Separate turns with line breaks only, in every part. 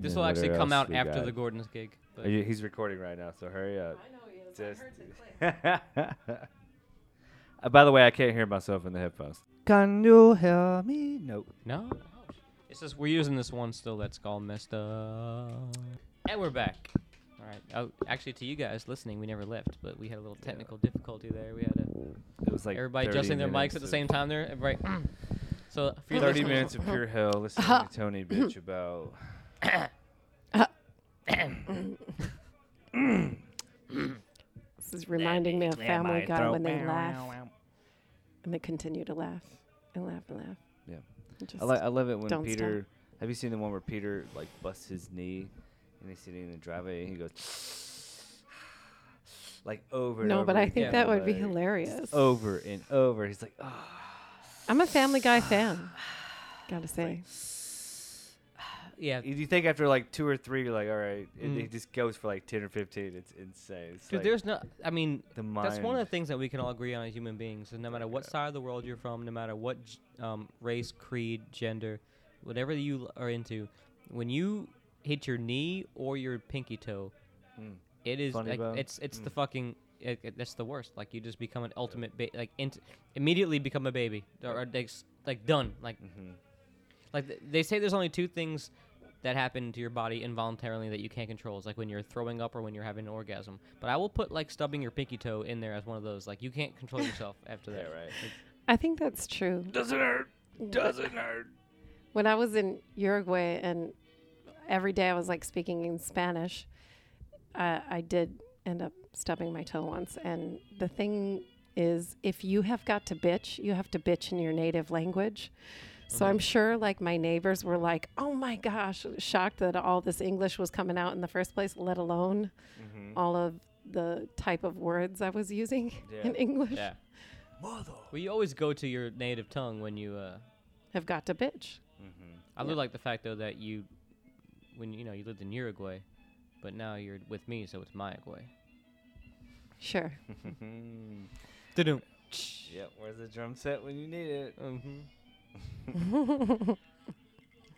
This
and
will
what
actually
else
come out
we
after
got.
the Gordon's gig. But
Uh, y- He's recording right now, so hurry up.
I know he is.
Just-
I heard the clip.
Uh, By the way, I can't hear myself in the headphones. Can you hear me? No.
no, it's just we're using this one still that's called messed up. And we're back. All right. Oh, actually, to you guys listening, we never left, but we had a little technical difficulty there. We had a,
It was like
everybody
30
adjusting their mics
minutes
at the
of-
same time there. Everybody. so for you
30
listeners-
minutes of pure hell. Listen to Tony bitch about.
This is reminding me of
clear
Family
my
Guy
throat.
when they
Meow,
laugh
meow, meow.
and they continue to laugh and laugh and laugh.
Yeah.
It Just,
I, li- I love it when
don't
Peter. Have you seen the one where Peter like busts his knee, and he's sitting in the driveway and he goes, like over. And
no,
over Oh.
but I think
again,
that would be
like,
hilarious.
just Over and over. He's like, oh,
I'm a Family Guy fan. Gotta say,
Yeah.
you think after like two or three, you're like, all right, and
Mm.
it just goes for like ten or fifteen. It's insane. It's
Dude,
like
there's no. I mean,
the mind.
That's one of the things that we can all agree on as human beings. And no matter what side of the world you're from, no matter what g- um, race, creed, gender, whatever you l- are into, when you hit your knee or your pinky toe,
Mm.
it is
Funny Mm.
like
bone.
it's it's the fucking it, it- that's the worst. Like you just become an ultimate ba- like int- immediately become a baby or, or like, s- like done like
Mhm.
like th- they say there's only two things that happen to your body involuntarily that you can't control. It's like when you're throwing up or when you're having an orgasm. But I will put like stubbing your pinky toe in there as one of those. Like you can't control yourself after
Yeah,
that.
right.
I think that's true.
Doesn't hurt. Doesn't hurt.
when I was in Uruguay and every day I was like speaking in Spanish, I, I did end up stubbing my toe once. And the thing is, if you have got to bitch, you have to bitch in your native language.
Mm-hmm.
So I'm sure like my neighbors were like, oh my gosh, shocked that all this English was coming out in the first place, let alone
Mm-hmm.
Oh.
all of the type of words I was using
Yeah.
in English.
Yeah.
Mother.
Well, you always go to your native tongue when you. Uh,
Have got to bitch.
Mm-hmm.
I do like the fact though that you, when you know you lived in Uruguay, but now you're with me, so it's my Uruguay.
Sure.
Mm-hmm.
Mm-hmm.
Yep. Where's the drum set when you need it?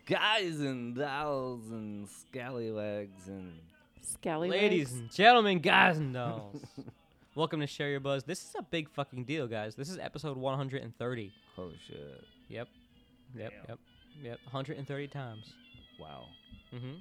guys and dolls and scallywags and
Scallywags.
Ladies and gentlemen, guys and dolls, welcome to Share Your Buzz. This is a big fucking deal, guys. This is episode 130.
holy shit!
Yep. Yep. Yep. Yep. 130 times.
Wow,
Mhm.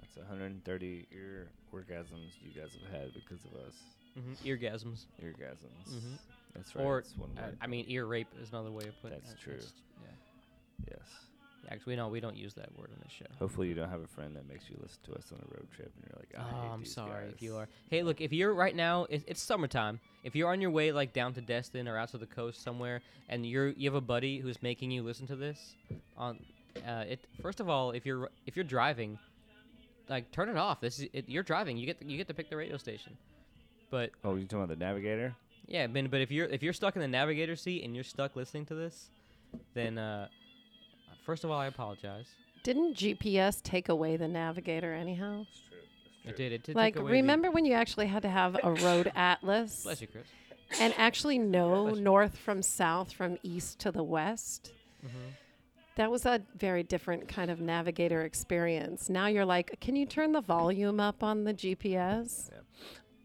that's 130 ear orgasms you guys have had because of us.
Mhm. Eargasms.
Orgasms.
Mhm.
That's right.
Or,
it's one
Uh,
word.
I mean, ear rape is another way of putting.
That's
that.
true.
yeah.
yes.
Actually, no, we don't use that word on this show.
Hopefully you don't have a friend that makes you listen to us on a road trip and you're like, I
Oh,
hate
I'm
these
sorry if you
guys."
are. Hey, look, if you're right now, it's, it's summertime. If you're on your way like down to Destin or out to the coast somewhere, and you're you have a buddy who's making you listen to this, on uh, it. First of all, if you're if you're driving, like turn it off. This is it, you're driving. You get to, you get to pick the radio station. But
Oh, you talking about the navigator?
yeah, but, but if you're if you're stuck in the navigator seat and you're stuck listening to this, then uh, first of all, I apologize.
Didn't GPS take away the navigator anyhow?
It's true.
It did. It did.
like,
take away the-
remember when you actually had to have a road atlas
Bless you, Chris.
and actually know
Bless you.
north from south, from east to the west?
Mm-hmm.
That was a very different kind of navigator experience. Now you're like, can you turn the volume up on the GPS?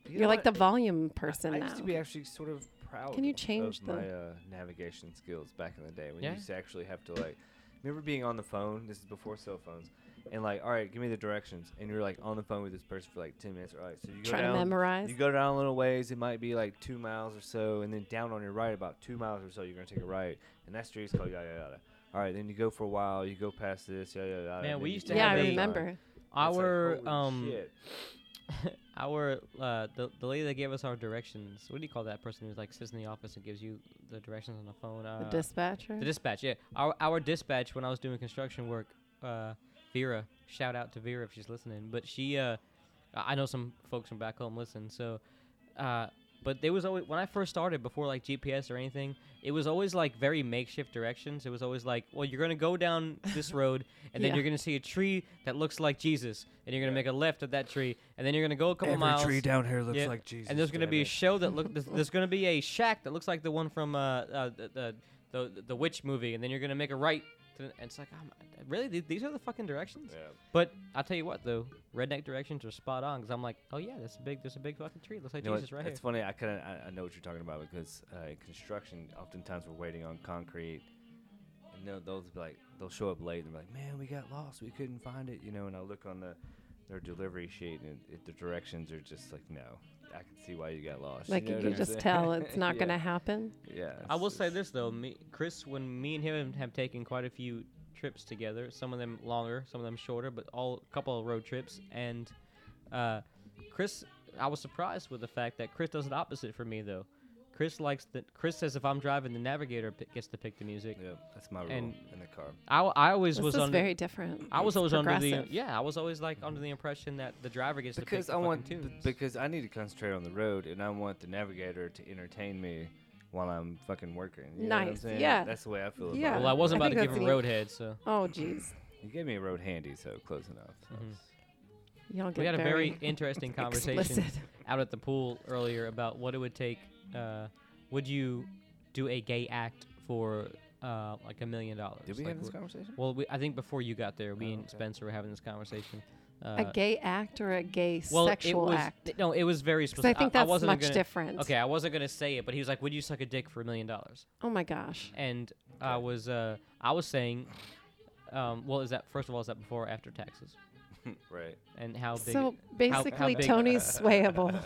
You are like the volume person
I
now.
used to be actually sort of proud.
Can you change
of
the-
my uh, navigation skills back in the day when
Yeah.
you used to actually have to like? Remember being on the phone? This is before cell phones, and like, all right, give me the directions, and you're like on the phone with this person for like ten minutes. All right, so you go
Trying to
down,
memorize.
You go down a little ways. It might be like two miles or so, and then down on your right about two miles or so, you're gonna take a right, and that street's called yada yada. yada. All right, then you go for a while. You go past this yada yada. yada,
Man,
and
we
then
used
you
to
go
yeah, I
have
down.
a-
remember.
It's like,
Our
holy
um.
shit.
our uh, the, the lady that gave us our directions. What do you call that person who's like sits in the office and gives you the directions on the phone? Uh,
the dispatcher.
the dispatch. Yeah, our our dispatch when I was doing construction work. Uh, Vera, shout out to Vera if she's listening. But she, uh, I I know some folks from back home listen. So, uh, but there was always when I first started before like GPS or anything, it was always like very makeshift directions. It was always like, well, you're gonna go down this road, and then
Yeah.
you're gonna see a tree that looks like Jesus, and you're gonna make a left at that tree, and then you're gonna go a couple miles.
down here looks
Yeah.
Jesus.
And there's gonna
damn
be a
it.
show that look. There's, there's gonna be a shack that looks like the one from uh, uh the, the the the witch movie, and then you're gonna make a right to the- and it's like, um, really? Th- These are the fucking directions?
Yeah.
But I'll tell you what, though, redneck directions are spot on because I'm like, oh yeah, that's a big, there's a big fucking tree. Looks like
You know what,
Jesus right here.
it's funny. I kind of I, I know what you're talking about because uh, in construction, oftentimes we're waiting on concrete, and they'll, they'll be like they'll show up late and they're like, "Man, we got lost. We couldn't find it," you know. And I look on the their delivery sheet and it, the directions are just like, "No, I can see why you got lost."
Like
know
you
what
can
I'm
just
saying?
tell it's not
Yeah.
going to happen.
Yeah.
I
it's-
will say
it's-
this though,
Mm-hmm.
me, Chris, when me and him have taken quite a few trips together, some of them longer, some of them shorter, but all a couple of road trips, and uh, Chris, I was surprised with the fact that Chris does the opposite for me though. Chris likes that. Chris says if I'm driving, the navigator pi- gets to pick the music.
Yeah, that's my rule
and-
in the car.
I, I always
This
was
is
under.
very different.
I was
It's
always under the
progressive.
yeah. I was always like under the impression that the driver gets
because
to pick
I
the fucking
want b-
tunes.
because I need to concentrate on the road, and I want the navigator to entertain me while I'm fucking working. You know what I'm
Nice,
saying?
yeah.
That's the way I feel.
Yeah.
About
well, I wasn't
I
about to
think
give him
that's
roadhead, so
Oh, jeez.
it. You gave me a road handy, so close enough. so
Mhm.
it's-
Y'all get
we had a
very,
very interesting conversation.
explicit.
out at the pool earlier about what it would take. Uh, would you do a gay act for uh, like a million dollars?
Did we
Like,
have this
w-
conversation?
Well, we, I think before you got there, we
Oh,
and
okay.
Spencer were having this conversation. Uh,
a gay act or a gay
well,
sexual
it was,
act?
No, it was very
Because I
specific.
think that's
wasn't
much
gonna,
different.
Okay, I wasn't gonna say it, but he was like, "Would you suck a dick for a million dollars?"
Oh my gosh.
And I
Okay.
was, uh, I was saying, um, well, is that first of all, is that before or after taxes?
right.
And how big?
So basically,
big- uh,
uh,
Tony's swayable.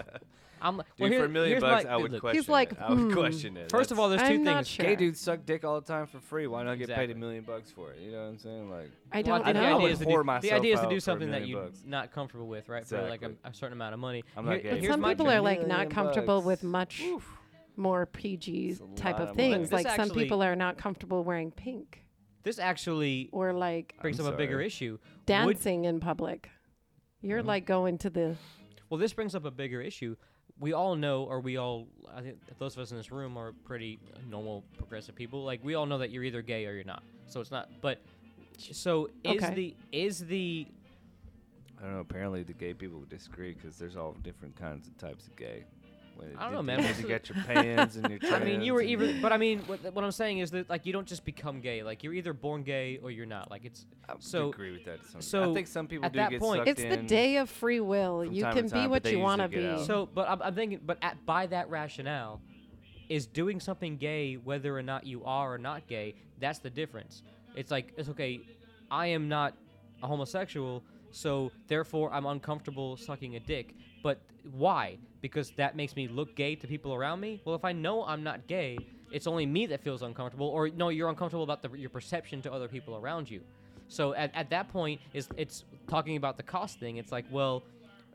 I'm like,
Dude,
well,
for
here-
a million
here's
bucks,
my-
I
dude,
would
look,
question.
like,
it. I would
hmm.
question it.
First of all, there's two
I'm
things.
not sure.
Gay dudes suck dick all the time for free. Why not get paid
Exactly.
a million bucks for it? You know what I'm saying? Like,
I
Well,
don't
think
I
The
know.
idea
would
is to
whore
do, the idea is
myself
to
out for
do
a
something that
million
you're
bucks.
not comfortable with, right? For like
Exactly.
a, a certain amount of money.
I'm not
Here-
gay.
but
here's
some
my
people
thing.
are like not
Million
comfortable with
bucks.
much more PG
It's a
type
lot
of
of money.
things.
This
Like some
actually-
people are not comfortable wearing pink
This actually
or like
brings
I'm
up a bigger
sorry.
issue. Would- Mm-hmm.
dancing in public. You're
Mhm.
like going to the
well, this brings up a bigger issue. We all know, or we all, I think those of us in this room are pretty normal, progressive people. Like we all know that you're either gay or you're not. So it's not. But so is
Okay.
the is the
I don't know. Apparently, the gay people would disagree because there's all different kinds of types of gay. When it
I don't know,
depends-
man.
when You got your pans and your.
I mean, you were
trans and
even,
your-
but I mean, what, what I'm saying is that like you don't just become gay. Like you're either born gay or you're not. Like it's
I would
so-
agree with that. to some degree.
so
I think some people
at
do
that
get
point-
sucked
It's the
in.
day of free will.
from
You
time
can
to
be
time,
what
but they
you want to
usually
be.
get out.
So, but I'm, I'm thinking, but at, by that rationale, is doing something gay, whether or not you are or not gay, that's the difference. It's like, it's okay, I am not a homosexual, so therefore I'm uncomfortable sucking a dick. But why? Because that makes me look gay to people around me? Well, if I know I'm not gay, it's only me that feels uncomfortable, or no, you're uncomfortable about the, your perception to other people around you. So at, at that point, is it's talking about the cost thing. It's like, well,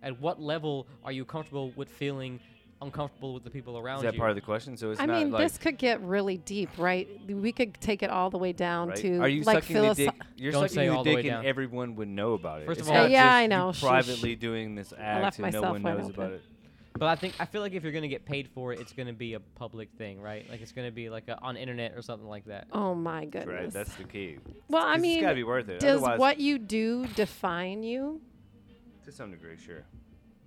at what level are you comfortable with feeling uncomfortable with the people around
Is that
you?
part of the question? So it's
I
not
mean,
like,
this could get really deep, right? We could take it all the way down
right?
to
Are you
like
sucking the
philosoph-
dick? You're
Don't
sucking
say
the
all the
dick, and
way down.
everyone would know about it.
First
It's
of all-
not
Yeah,
just
I
you
know. Shh, shh.
Privately doing this act,
left
and no
myself
one
wide
knows
open.
about it.
but I think I feel like if you're gonna get paid for it, it's gonna be a public thing, right? Like it's gonna be like a, on internet or something like that.
Oh my goodness.
Right, that's the key.
well, I
'Cause it's gotta
mean,
be worth it.
does
Otherwise,
what you do define you?
to some degree, sure.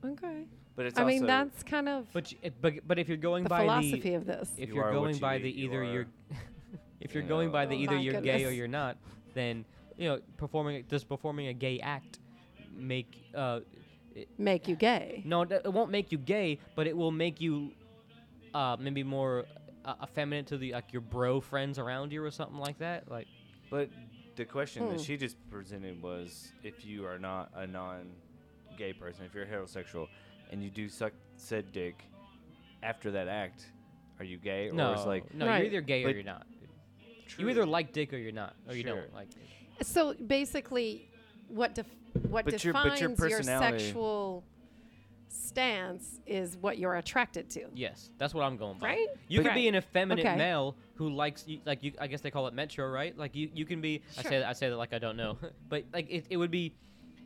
Okay.
But it's
I
also
mean, that's kind of
But you- but but if you're going
the
by
philosophy of this.
the if
You
you are
are what
going
you
by
eat,
the
you
either
are.
you're if you're
You
going
know,
by the
Oh
either
my
you're gay or
goodness.
you're not, then you know performing does performing a gay act make uh
Make you gay.
No, it it won't make you gay, but it will make you uh, maybe more uh, effeminate to the like your bro friends around you or something like that. Like,
But the question that
Hmm.
she just presented was if you are not a non gay person, if you're heterosexual and you do suck said dick after that act, are you gay?
no,
Or it's like
no,
Right.
you're either gay or
But
you're not.
true.
You either like dick or you're not, or you
Sure.
don't like. Dick.
So basically, what def- what
But your-
defines
but your personality-
sexual stance is what you're attracted to.
Yes, that's what I'm going by.
Right?
You
But-
could be an effeminate
Okay.
male who likes, you, like, you. I guess they call it metro, right? Like, you, you can be. I say
Sure.
that. I say that like I don't know, but like it, it would be.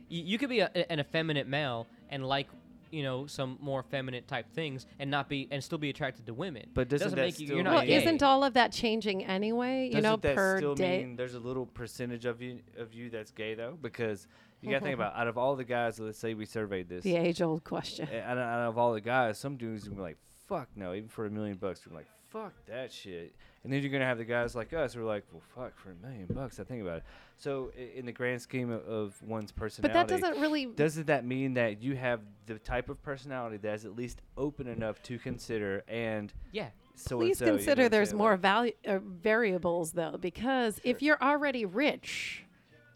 You, you could be a, an effeminate male and like, you know, some more effeminate type things, and not be, and still be attracted to women.
But doesn't that
make you?
still
You're not
Well,
gay.
isn't all of that changing anyway? You
Doesn't
know,
that
per
still
day.
mean there's a little percentage of you of you that's gay though? Because you gotta think about out of all the guys, let's say we surveyed this,
The age old question.
a- out, of, out of all the guys, some dudes would be like, fuck no, even for a million bucks. We're like, fuck that shit. And then you're gonna have the guys like us who are like, well, fuck for a million bucks. I think about it. So i- in the grand scheme of, of one's
But
personality,
that doesn't really.
doesn't that mean that you have the type of personality that is at least open enough to consider and
Yeah.
so
please consider there's more value uh, variables though, because if you're already rich,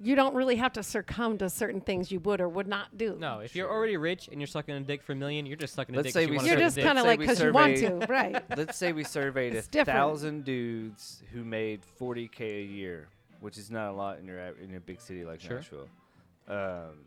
you don't really have to succumb to certain things you would or would not do.
No, if you're
Sure.
already rich and you're sucking a dick for a million, you're just sucking a
Let's
dick.
say
'cause
we
you wanna
you're
suck a
just
dick.
kind of
Say
like
we
because you want to,
surveyed-
right?
Let's say we surveyed a
It's different.
thousand dudes who made 40k a year, which is not a lot in your av- in a big city like
Sure.
Nashville. Um,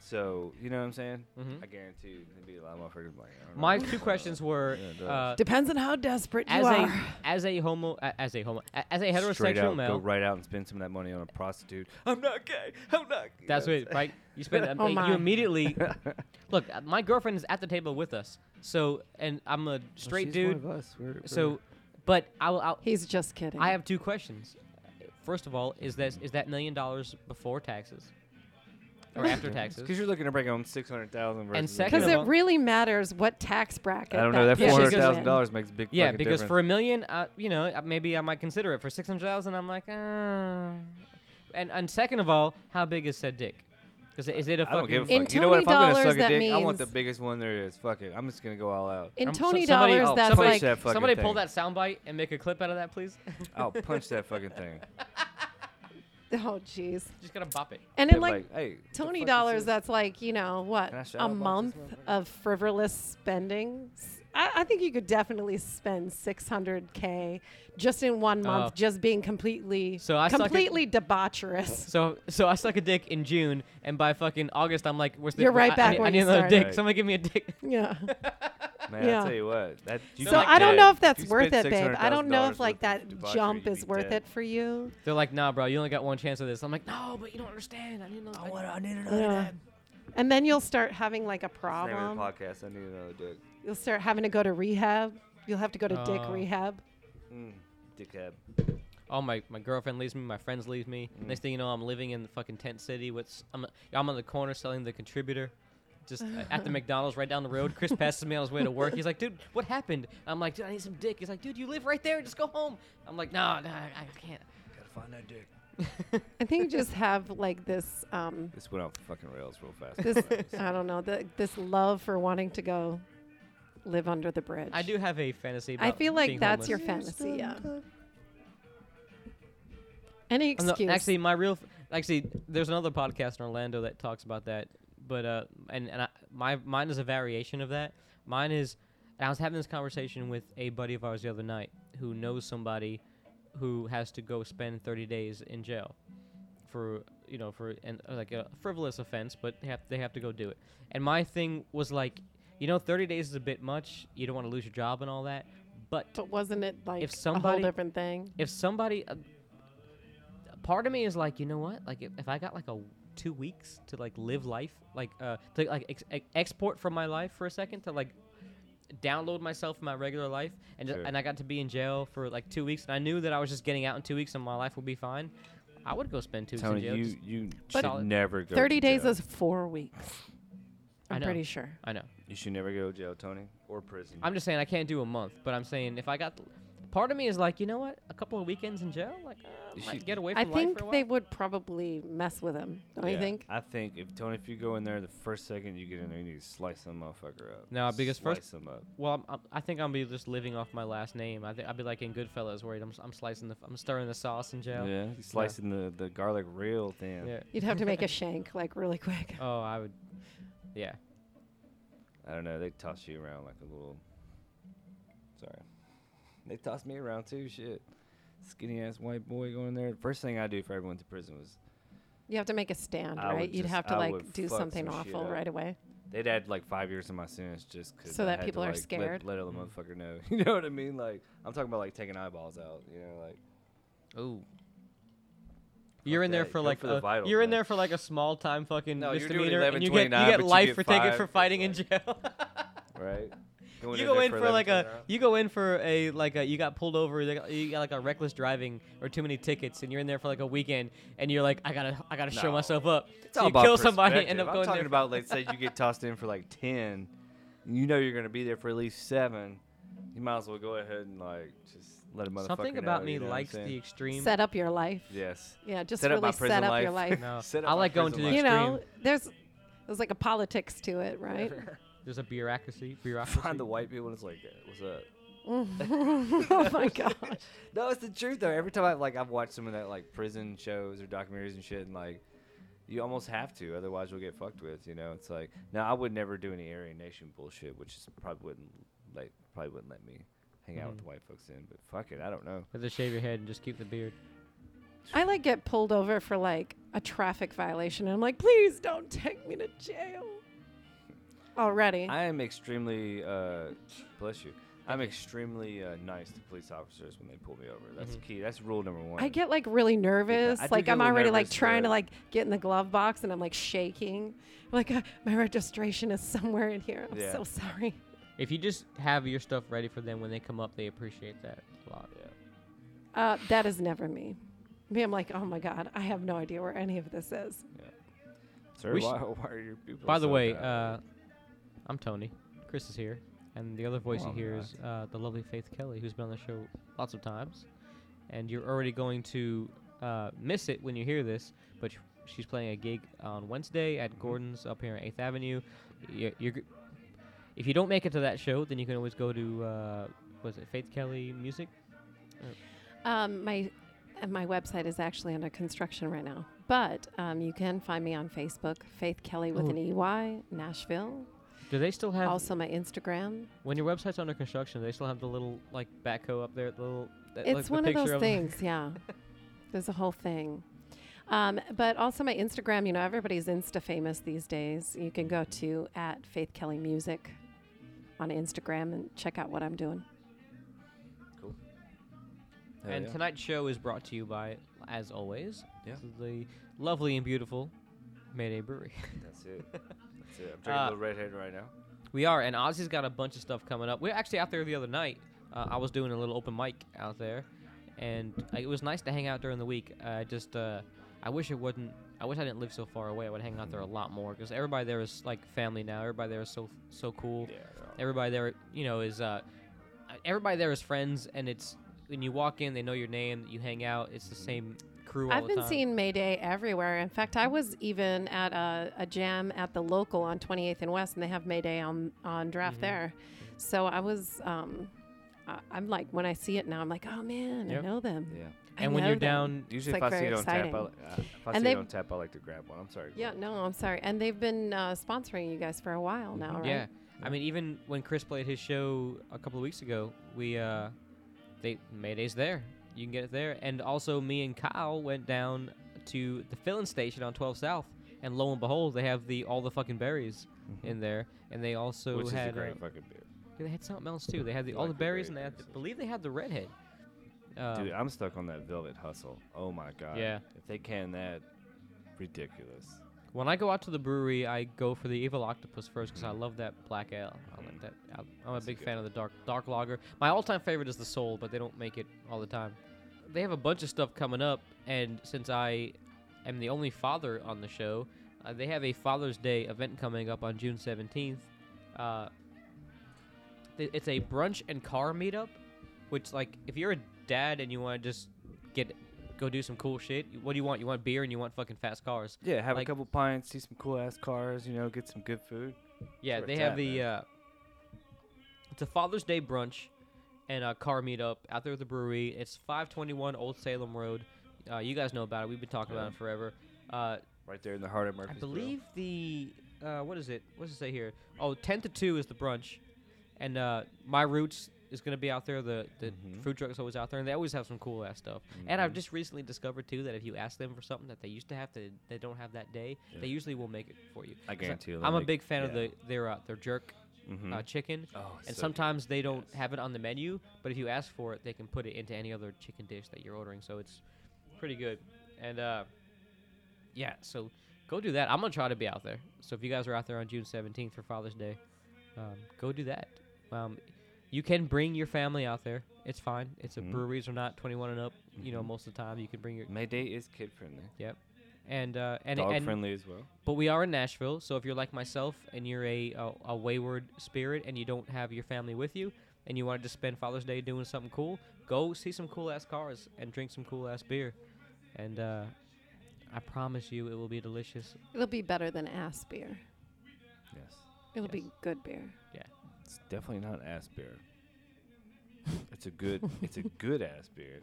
so you know what I'm saying?
Mhm.
I guarantee there'd be a lot of motherfuckers like. I don't
My
know.
two questions were
Yeah, it does.
uh,
Depends on how desperate you
as
are.
a as a homo a- as a homo a- as a
Straight
heterosexual
out,
male.
go right out and spend some of that money on a prostitute. I'm not gay. I'm not. you
That's
know
what it, right. You spend that,
Oh
you
my.
immediately look. uh, My girlfriend is at the table with us, so and I'm a straight
She's one
dude.
of us. We're-
So, but I will. I'll,
He's just kidding.
I have two questions. First of all, is that is that million dollars before taxes or after
because
taxes?
you're looking to bring home six hundred thousand versus. a
second
because
of
million.
all-
it really matters what tax bracket.
I don't know that
Yeah,
four
person is
hundred
because-
thousand
in.
dollars makes a big.
Yeah,
fucking
because
difference.
for a million, uh, you know, uh, maybe I might consider it. For six hundred thousand, I'm like, uh. and and second of all, how big is said dick? Because is it a
I don't give a
fucking?
fuck.
In
you know what? If I'm gonna
$20
suck a
that
dick, I want the
means-
biggest one there is. Fuck it. I'm just gonna go all out.
In
I'm so-
Tony
somebody-
dollars,
oh,
that's
somebody
like
said fucking
Somebody pull
thing.
that soundbite and make a clip out of that, please.
I'll punch that fucking thing.
oh jeez.
Just gotta bop it.
And
They're
in like
hey, what the fuck
Twenty
is
dollars. uh,
this?
That's like you know what
Can I shout
a
out about
month
this
of frivolous spending. S- I, I think you could definitely spend six hundred k just in one month,
Oh.
just being completely,
So I suck at-
completely debaucherous.
So so I suck a dick in June, and by fucking August, I'm like, where's the?
You're right
I- I,
back
need- I
where
need
you
another
started.
dick.
Right.
Somebody give me a dick.
Yeah.
Man,
Yeah.
I tell you what. That, you
So
so
like
I don't know
dead.
if that's
you
worth it,
spend
babe. I don't know
$600,000
if like
worth of
that
debauchery,
jump
you'd
is
be
worth
dead.
it for you.
They're like, nah, bro, you only got one chance of this. I'm like, no, but you don't understand. I need another. I, want, I need another.
Yeah.
dick."
And then you'll start having like a
That's the name of the
problem.
podcast. I need another dick.
You'll start having to go to rehab. You'll have to go to dick
Oh.
rehab.
Mm, dickhead.
All my my girlfriend leaves me. My friends leave me. Next thing you know, I'm living in the fucking tent city. With s- I'm I'm on the corner selling the contributor. Just uh, at the McDonald's right down the road, Chris passes me on his way to work. He's like, "Dude, what happened?" I'm like, "Dude, I need some dick." He's like, "Dude, you live right there. Just go home." I'm like, "No, no, I, I can't."
Gotta find that dick.
I think you just have like this. Um,
This went off the fucking rails real fast.
this I don't know the, this love for wanting to go live under the bridge.
I do have a fantasy. About
I feel like
being
that's
homeless.
your fantasy. Yeah. Any
Oh, no,
excuse.
actually, my real f- actually, there's another podcast in Orlando that talks about that, but uh, and and I, my mine is a variation of that. Mine is, and I was having this conversation with a buddy of ours the other night who knows somebody who has to go spend 30 days in jail for you know for and uh, like a frivolous offense, but they have they have to go do it. And my thing was like, you know, 30 days is a bit much. You don't want to lose your job and all that, but
but wasn't it like
If somebody-
a whole different thing?
if somebody uh, part of me is like you know what like if, if i got like a two weeks to like live life like uh to like ex- ex- export from my life for a second to like download myself from my regular life and just,
Sure.
and i got to be in jail for like two weeks and i knew that i was just getting out in two weeks and my life would be fine i would go spend two weeks in
Tony,
jail
you
just-
you
But-
should never go.
Thirty
to
days
jail.
is four weeks.
I
I'm
know.
pretty sure.
i know
You should never go to jail, Tony, or prison.
i'm just saying i can't do a month but i'm saying if i got part of me is like you know what a couple of weekends in jail like uh,
You
might
should-
get away from
I
life
think
for a while.
they would probably mess with him. Don't you
Yeah,
think?
I think if Tony, if you go in there the first second you get in there, you need to slice some motherfucker up.
No, because
slice
first-
them up.
Well, I'm, I'm, I think I'll be just living off my last name. I think I'll be like in Goodfellas, where I'm, I'm slicing the, I'm stirring the sauce in
Yeah,
jail.
you slicing the, the garlic real thin.
Yeah.
You'd have to make a shank like really quick.
Oh, I would. Yeah.
I don't know. They toss you around like a little. Sorry. They tossed me around too. Shit. Skinny ass white boy going there. First thing I do for everyone to prison was
You have to make a stand,
I would
right? You'd
just-
have to
I
like
would
do
fuck
something
some shit
awful
up.
right away.
they'd add like five years to my sentence just 'cause
So
I
that
had to,
people are
like, let-
scared?
Let, a
Mhm.
motherfucker know. You know what I mean? Like I'm talking about like taking eyeballs out. You know, like
Oh. You're in there
that.
for
Go
like
for the
a-
vitals,
you're in
man.
there for like a small time fucking
No, you're doing
misdemeanor, and you get you
11.29,
get
but you
life
get
for ticket
five.
for
That's
fighting in
like-
jail.
right. Going
you go
there
in for
11
like a
hours.
you go in for a like a you got pulled over you got- you got like a reckless driving or too many tickets, and you're in there for like a weekend, and you're like I gotta I gotta show
No.
myself up.
It's
So
all
you
about
kill somebody, and end
perspective.
up going
I'm talking
there.
about, let's say you get tossed in for like 10, you know you're gonna be there for at least seven. You might as well go ahead and like just let a motherfucker.
Something
know,
about
you
me
know what I'm
likes the
saying?
extreme.
Set up your life.
Yes.
Yeah, just
Set up my
really set
prison
up
life.
your life.
No,
Set up
I
my
like going to
prison
the
you
life.
extreme.
know, there's there's like a politics to it, right?
There's a bureaucracy. Bureaucracy.
Find the white people and it's like, what's up?
oh my gosh.
No, it's the truth though. Every time I like I've watched some of that like prison shows or documentaries and shit, and like you almost have to, otherwise you'll get fucked with. You know, it's like now I would never do any Aryan Nation bullshit, which is probably wouldn't like probably wouldn't let me hang out with
Mhm.
the white folks in. But fuck it, I don't know.
Or just shave your head and just keep the beard.
I like get pulled over for like a traffic violation and I'm like, please don't take me to jail. Already.
I am extremely uh, bless you. I'm extremely uh, nice to police officers when they pull me over. That's
Mhm.
key. That's rule number one.
I get like really nervous.
I do
like
get a
I'm
little
already like
nervous,
trying to
but-
like get in the glove box and I'm like shaking. Like uh, my registration is somewhere in here. I'm
Yeah.
so sorry.
If you just have your stuff ready for them when they come up, they appreciate that a lot.
Yeah.
Uh, that is never me. Me, I'm like, oh my god, I have no idea where any of this is.
Sir,
We sh-
why, why are your people?
By the
so
way,
bad?
uh, I'm Tony. Chris is here, and the other voice
Oh,
you
I'm
hear
not.
is uh, the lovely Faith Kelly, who's been on the show lots of times. And you're already going to uh, miss it when you hear this, but sh- she's playing a gig on Wednesday at
Mhm.
Gordon's up here on Eighth Avenue. You're, you're, g- if you don't make it to that show, then you can always go to uh, was it Faith Kelly Music?
Um, my and my website is actually under construction right now, but um, you can find me on Facebook, Faith Kelly with
Oh.
an EY, Nashville.
Do they still have
also, my Instagram.
when your website's under construction? They still have the little like backhoe up there, the little. That, like,
It's
the
one of
picture
those
the-
things, yeah. There's a whole thing. Um, but also my Instagram, you know, everybody's Insta famous these days. You can go to at Faith Kelly Music on Instagram and check out what I'm doing.
Hell
and
yeah.
tonight's show is brought to you by, as always,
Yeah.
the lovely and beautiful Mayday Brewery.
that's it. That's it. I'm drinking
Uh,
a little redhead right now.
We are, and Ozzy's got a bunch of stuff coming up. We were actually out there the other night. Uh, I was doing a little open mic out there, and uh, it was nice to hang out during the week. I just, uh, I wish it wasn't. I wish I didn't live so far away. I would hang out there a lot more because everybody there is like family now. Everybody there is so so cool.
Yeah. they're all-
Everybody there, you know, is uh, everybody there is friends, and it's when you walk in, they know your name. You hang out. It's the same crew. all
I've
the
been
time.
seeing Mayday everywhere. In fact, I was even at a, a jam at the local on 28th and West, and they have Mayday on on draft
Mhm.
there. So I was, um, I, I'm like, when I see it now, I'm like, oh man,
Yep.
I know them.
Yeah.
I
And when you're
know them.
down,
Usually,
like
if I see
very
it on tap, I,
exciting.
li- uh, if I
And
see it
they've-
on tap, I like to grab one. I'm sorry. go
Yeah,
ahead.
no, I'm sorry. And they've been uh, sponsoring you guys for a while now, right?
Mm-hmm. Yeah. I mean, even when Chris played his show a couple of weeks ago, we uh, they Mayday's there. You can get it there. And also, me and Kyle went down to the filling station on 12 South, and lo and behold, they have the all the fucking berries in there, and they also
Which
had
is a great
uh,
fucking beer.
they had something else too. They had the
I
all
like the
the
berry
berries, and they had
berries.
I believe they had the redhead. Um,
Dude, I'm stuck on that Velvet Hustle. Oh my god.
Yeah.
If they can that, ridiculous.
When I go out to the brewery, I go for the Evil Octopus first because I love that black ale. I
Mhm.
like that. I- I'm a
Mm. That's a
big
good
fan of the dark dark lager. My all-time favorite is the Soul, but they don't make it all the time. They have a bunch of stuff coming up, and since I am the only father on the show, uh, they have a Father's Day event coming up on June 17th. Uh, th- it's a brunch and car meetup, which like if you're a dad and you want to just get go do some cool shit, what do you want? You want beer and you want fucking fast cars.
Yeah, have
Like-
a couple pints, see some cool ass cars, you know, get some good food.
Yeah,
where
they
it's
have
at,
the.
man.
Uh, it's a Father's Day brunch and a car meetup out there at the brewery. It's 521 Old Salem Road. Uh, you guys know about it. We've been talking
Yeah.
about it forever. Uh,
Right there in the heart of
I
Murfreesboro.
believe the. Uh, what is it? What does it say here? Oh, 10 to 2 is the brunch. And uh, My Roots is going to be out there. The, the
Mhm.
food truck's always out there. And they always have some cool ass stuff. And I've
Mhm.
just recently discovered, too, that if you ask them for something that they used to have that they don't have that day,
Yeah.
they usually will make it for you.
I guarantee you.
I'm a big fan of the their, uh, their jerk
hmm
uh, chicken.
oh, it's so
And
good.
sometimes they don't
Yes.
have it on the menu, but if you ask for it, they can put it into any other chicken dish that you're ordering. So it's pretty good. And uh, yeah, so go do that. I'm gonna try to be out there. So if you guys are out there on June 17th for Father's Day, um, go do that. Um, you can bring your family out there. It's fine. It's a
Mhm.
breweries are not 21 and up. You know,
Mhm.
most of the time you can bring your
Mayday is kid friendly.
Yep. and uh, and
Dog
and
friendly as well.
but we are in Nashville, so if you're like myself and you're a, a a wayward spirit and you don't have your family with you and you wanted to spend Father's Day doing something cool, go see some cool ass cars and drink some cool ass beer, and uh, I promise you it will be delicious.
It'll be better than ass beer.
Yes.
It'll be
Yes.
good beer.
It's definitely not ass beer. it's a good. It's a good ass beer.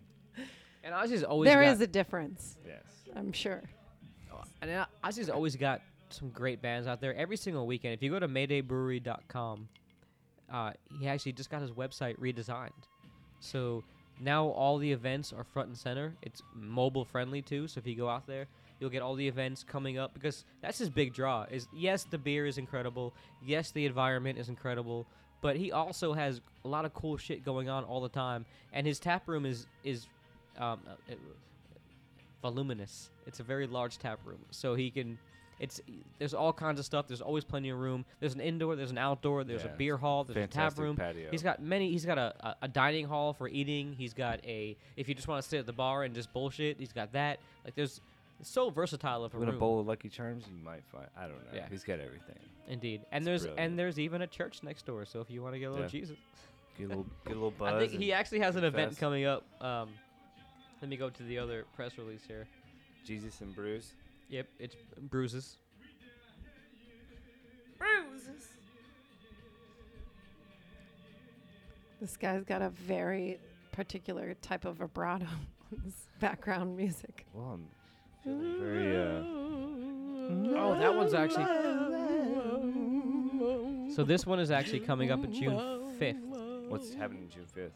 And I just always
There
got,
is a difference,
Yes.
I'm sure.
and I, I just always got some great bands out there every single weekend. If you go to MaydayBrewery.com, uh, he actually just got his website redesigned, so now all the events are front and center. It's mobile friendly too, so if you go out there, you'll get all the events coming up because that's his big draw. Is yes, the beer is incredible. Yes, the environment is incredible. But he also has a lot of cool shit going on all the time, and his tap room is is um, uh, it- voluminous. It's a very large tap room, so he can. It's there's all kinds of stuff. There's always plenty of room. There's an indoor. There's an outdoor. There's
Yeah,
a beer hall. There's a
Fantastic
tap room.
patio.
He's got many. He's got a, a, a dining hall for eating. He's got a if you just want to sit at the bar and just bullshit. He's got that. Like there's it's so versatile of a
With a
room.
bowl of Lucky Charms, you might find. I don't know.
Yeah.
He's got everything.
Indeed, and
It's
there's
brilliant.
and there's even a church next door. So if you want to get a little
Yeah.
Jesus,
Get a little. Get a little buzz.
I think he
and
actually has an event
confess.
coming up. Um, let me go to the other press release here.
Jesus and Bruce.
Yep, it's bruises.
This guy's got a very particular type of vibrato on his background music.
Well, I'm feeling very. Uh,
Oh, that one's actually. So this one is actually coming up at June 5th.
what's happening June fifth?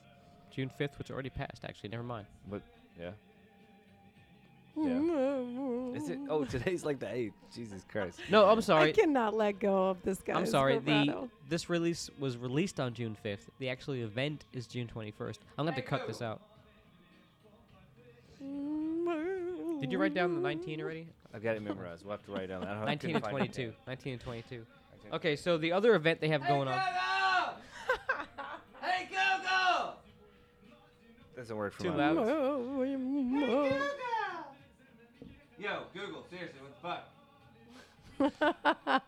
June 5th, which already passed, actually. Never mind.
What? Yeah. Yeah. Is it? Oh, today's like the eighth. Jesus Christ.
No, I'm
I
sorry.
cannot let go of this guy.
I'm sorry. The this release was released on June 5th. The actual event is June 21st. I'm going to cut this out. Did you write down the 19 already?
I've got it memorized. We'll have to write it down. I don't know. I
19 and
couldn't find it.
22. 19 and 22.
I couldn't-
Okay, so the other event they have going on.
Doesn't work for
Too
my
loud.
voice.
Yo, Google, seriously, what the fuck?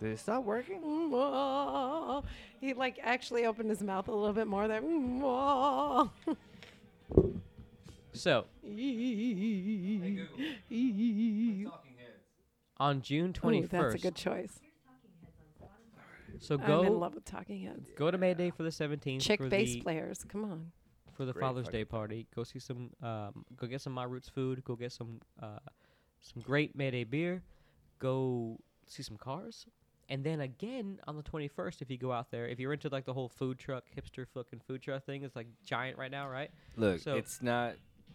Did it stop working?
he like actually opened his mouth a little bit more there.
So, on June
Ooh,
21st.
that's a good choice.
so
I'm in
go
love with Talking Heads.
go to Mayday for the 17th
Chick
for
bass
the
players, come on.
for the
Great
Father's Day
fucking
party. Go see some, um, go get some My Roots food. Go get some, uh, some great Mayday beer. Go see some cars, and then again on the twenty first, if you go out there, if you're into like the whole food truck hipster fucking food truck thing, it's like giant right now, right?
Look,
So-
it's not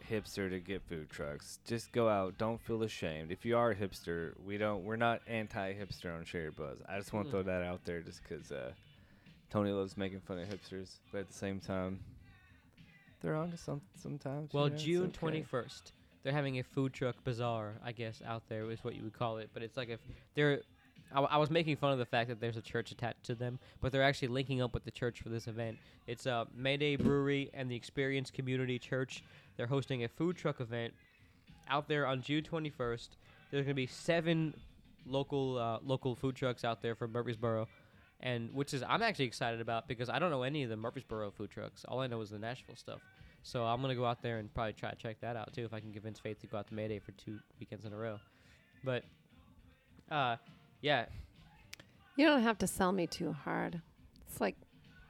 hipster to get food trucks. Just go out. Don't feel ashamed. If you are a hipster, we don't. We're not anti-hipster on Share Buzz. I just want to
Mm.
throw that out there, just because uh, Tony loves making fun of hipsters, but at the same time, they're onto some sometimes. you
Well,
know, it's
June
okay.
twenty first, they're having a food truck bazaar, I guess, out there is what you would call it. But it's like if they're, I, w- I was making fun of the fact that there's a church attached to them, but they're actually linking up with the church for this event. It's uh, Mayday Brewery and the Experience Community Church. They're hosting a food truck event out there on June twenty first. There's gonna be seven local uh, local food trucks out there from Murfreesboro. And which is I'm actually excited about because I don't know any of the Murfreesboro food trucks. All I know is the Nashville stuff. So I'm gonna go out there and probably try to check that out too if I can convince Faith to go out to Mayday for two weekends in a row. But uh yeah,
You don't have to sell me too hard. It's like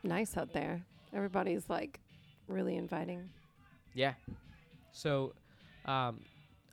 nice out there. Everybody's like really inviting.
yeah. So um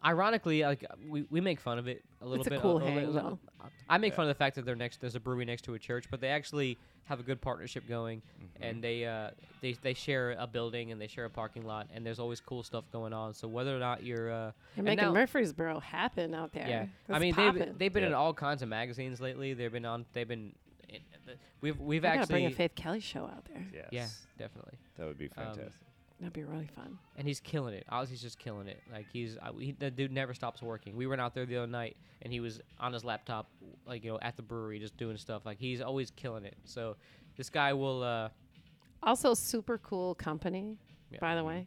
ironically like we, we make fun of it a little
It's a
bit.
cool
little bit,
hang,
little- I make fun of the fact that they're next there's a brewery next to a church, but they actually have a good partnership going
Mm-hmm.
and they uh they, they share a building and they share a parking lot and there's always cool stuff going on. So whether or not you're uh
You're
And
making
now-
Murfreesboro happen out there.
Yeah, I
That's
mean they've
poppin'.
they've been in
Yeah.
all kinds of magazines lately. They've been on. They've been. in- the- We've we've
I gotta
actually.
bring a Faith Kelly show out there.
Yes.
Yeah, Um, definitely.
That would be fantastic.
That'd be really fun.
And he's killing it. Ozzy's just killing it. Like he's I, he, the dude never stops working. We went out there the other night and he was on his laptop, like you know, at the brewery just doing stuff. Like he's always killing it. So this guy will. uh
Also, super cool company,
Yeah.
by the way.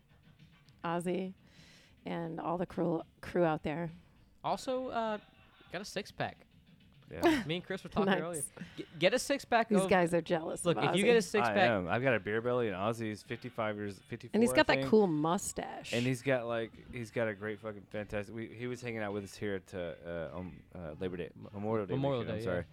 Ozzy and all the crew crew out there.
Also, uh, got a six pack.
Yeah.
Me and Chris were talking
Nice.
earlier. G- get a six pack.
These
of,
guys are jealous.
Look,
of
if you
Ozzy.
get a six
I
pack,
am. I've got a beer belly, and Ozzy's 55 years, 54.
and he's got
I
that
think.
cool mustache.
And he's got like he's got a great fucking fantastic. We, he was hanging out with us here at uh, on uh, Labor Day, Memorial Day.
Memorial
weekend,
Day,
I'm
yeah.
sorry.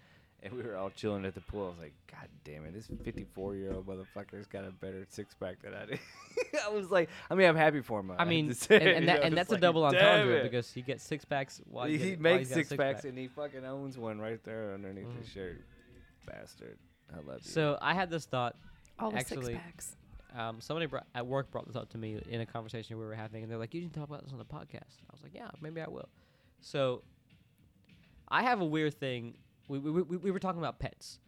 And we were all chilling at the pool. I was like, God damn it, this 54 year old motherfucker's got a better six pack than I did. I was like, I mean, I'm happy for him.
I
have
mean,
to say,
and, and,
you
that,
know,
and
it's
that's a
like,
double
damn
entendre
it.
because he gets six packs. While
he
you get- while
makes
he's got a
six packs
six-pack.
and he fucking owns one right there underneath his
Mhm.
shirt. Bastard. I love you.
So I had this thought.
all the
actually-
six packs.
Um, somebody brought, at work brought this up to me in a conversation we were having, and they're like, "You should talk about this on the podcast." I was like, "Yeah, maybe I will." So I have a weird thing. We we, we, we were talking about pets,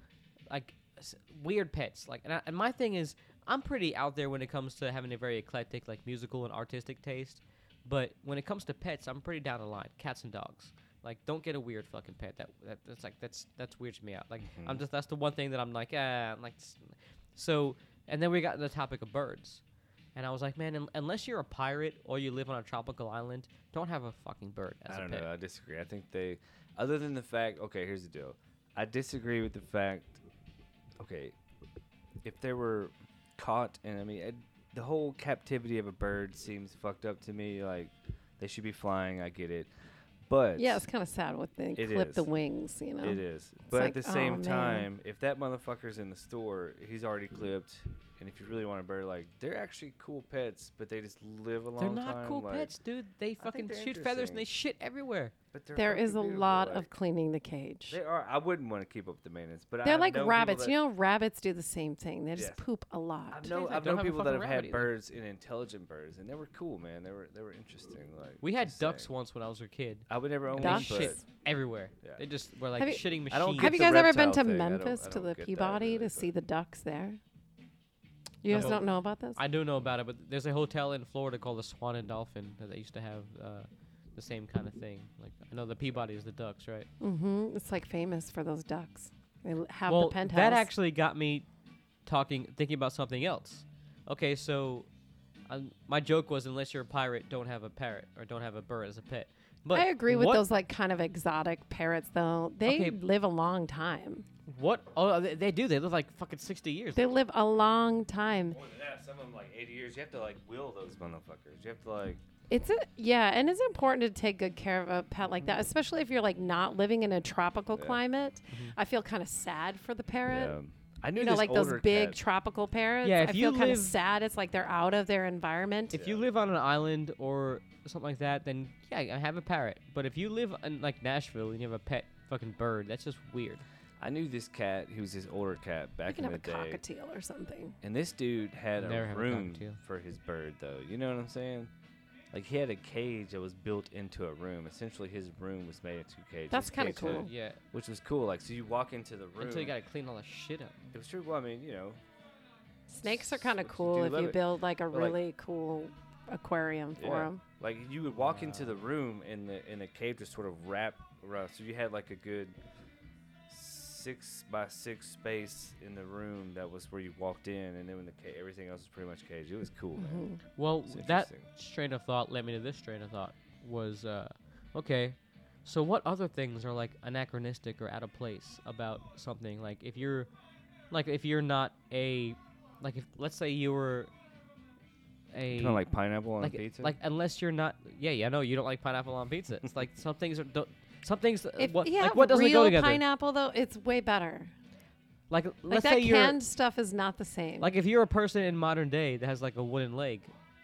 like s- weird pets. Like, and, I, and my thing is, I'm pretty out there when it comes to having a very eclectic, like musical and artistic taste. But when it comes to pets, I'm pretty down the line. Cats and dogs. Like, don't get a weird fucking pet. That, that that's like that's that's weirds me out. Like,
Mm-hmm.
I'm just that's the one thing that I'm like, ah, I'm like. s- So, and then we got the topic of birds, and I was like, man, un- unless you're a pirate or you live on a tropical island, don't have a fucking bird as
I
a
don't
pet.
know. I disagree. I think they, other than the fact, okay, here's the deal. I disagree with the fact, okay, if they were caught, and I mean, it, the whole captivity of a bird seems fucked up to me. Like, they should be flying. I get it. But,
Yeah, it's kind of sad what they
It
clip the
is.
wings. You know,
it is. But
like,
at the
oh,
same
man.
time, if that motherfucker's in the store, he's already clipped. And if you really want a bird, like, they're actually cool pets, but they just live a long
They're
time.
not cool
like-
pets, dude. They fucking
they're
shoot feathers and they
interesting.
shit everywhere.
But they're
there is a
fucking beautiful,
lot
like,
of cleaning the cage.
They are. I wouldn't want to keep up with the maintenance, but
They're
I
like
know people
rabbits.
That,
You know, rabbits do the same thing. They just
Yes.
poop a
I know.
lot.
Taylor
I've
don't
known
have a
people that
fucking
have had
rabbit either.
birds and intelligent birds, and they were cool, man. They were they were interesting. Like
We had
just saying.
ducks once when I was a kid.
I would never own
And
one,
they
Ducks?
but
shit everywhere.
Yeah.
They just were like
Have you-
shitting machines.
I don't get
Have you
the
guys ever been to
reptile thing. I don't-
Memphis
I
to
don't
the
get that
Peabody
really, but-
to
Oh,
see the ducks there? You
No.
guys don't know about this?
I do know about it, but there's a hotel in Florida called the Swan and Dolphin that they used to have uh, the same kind of thing. Like I know the Peabody is the ducks, right?
Mm-hmm. It's like famous for those ducks. They l- have
well,
the penthouse.
that actually got me talking, thinking about something else. Okay, so um, my joke was unless you're a pirate, don't have a parrot or don't have a bird as a pet. But
I agree with
what-
those like kind of exotic parrots though. They
Okay.
live a long time.
What? Oh, they, they do. They live like fucking sixty years.
They live a long time.
More than that, some of them like 80 years. You have to like will those motherfuckers. You have to like.
It's a yeah, and it's important to take good care of a pet like that, especially if you're like not living in a tropical
Mm-hmm. Yeah. Mm-hmm.
climate. I feel kind of sad for the parrot.
Yeah. I knew
You know,
this
like those
older
big
cat-
tropical parrots.
Yeah,
I
if you
feel kind
live-
of sad. It's like they're out of their environment.
If you live on an island or something like that, then yeah, I have a parrot. But if you live in like Nashville and you have a pet fucking bird, that's just weird.
I knew this cat. He was this older cat
you
back
can
in
have
the
a
day.
cockatiel or something.
And this dude had
Never
a
have a
room
cockatiel.
for his bird, though. You know what I'm saying? Like he had a cage that was built into a room. Essentially, his room was made into a cage.
That's
His
kinda
cage had-
cool.
Yeah,
which was cool. Like, so you walk into the room.
until you gotta clean all the shit up.
It was true. Well, I mean, you know,
Snakes are kind
But
of
you
cool
do
if
love
you
it.
build like a
But, like-
really cool aquarium for
Yeah.
them.
like you would walk into the
Wow.
room and the and the cage was sort of wrapped around. So you had like a good six by six space in the room that was where you walked in, and then when the ca- everything else was pretty much caged. It was cool,
Mm-hmm.
man.
Mm-hmm.
Well,
It's
that
interesting.
strain of thought led me to this strain of thought was uh, okay. So what other things are like anachronistic or out of place about something? Like if you're, like if you're not a, like if let's say you were a
Kind of like pineapple on
like,
a pizza.
like, unless you're not yeah yeah I know you don't like pineapple on pizza. It's like some things are don't some things uh,
If
what
you
like
have
what doesn't
real
go together.
pineapple though, it's way better.
like
Like
let's
that
say you're
canned stuff is not the same.
like if you're a person in modern day that has like a wooden leg,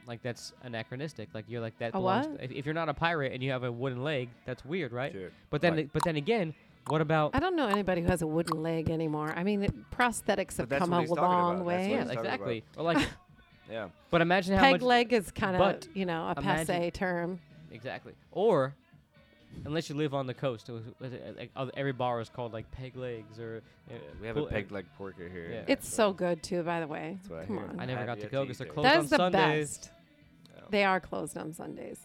like that's anachronistic. Like you're like that.
A
belongs
what?
to- if, if you're not a pirate and you have a wooden leg, that's weird, right?
Sure.
But then,
Like-
but then again, what about?
I don't know anybody who has a wooden leg anymore. I mean, it- prosthetics have
that's
come
what
a
he's talking about.
long
That's
way.
what
yeah,
he's talking
exactly. Or like,
yeah.
but imagine how
Peg
much.
leg is kind of
but
you know a
imagine-
passe term.
Exactly. Or unless you live on the coast, it was, was it, like, oth- every bar is called like peg legs or. uh,
Yeah, we have
pull-
a pegged leg porker here.
Yeah.
It's so good too, by the way.
That's what I
Come
hear.
on.
I never got
Happy
to
I
go because
teased
they're
it.
closed
That
on
is the
Sundays.
best.
Yeah.
They are closed on Sundays.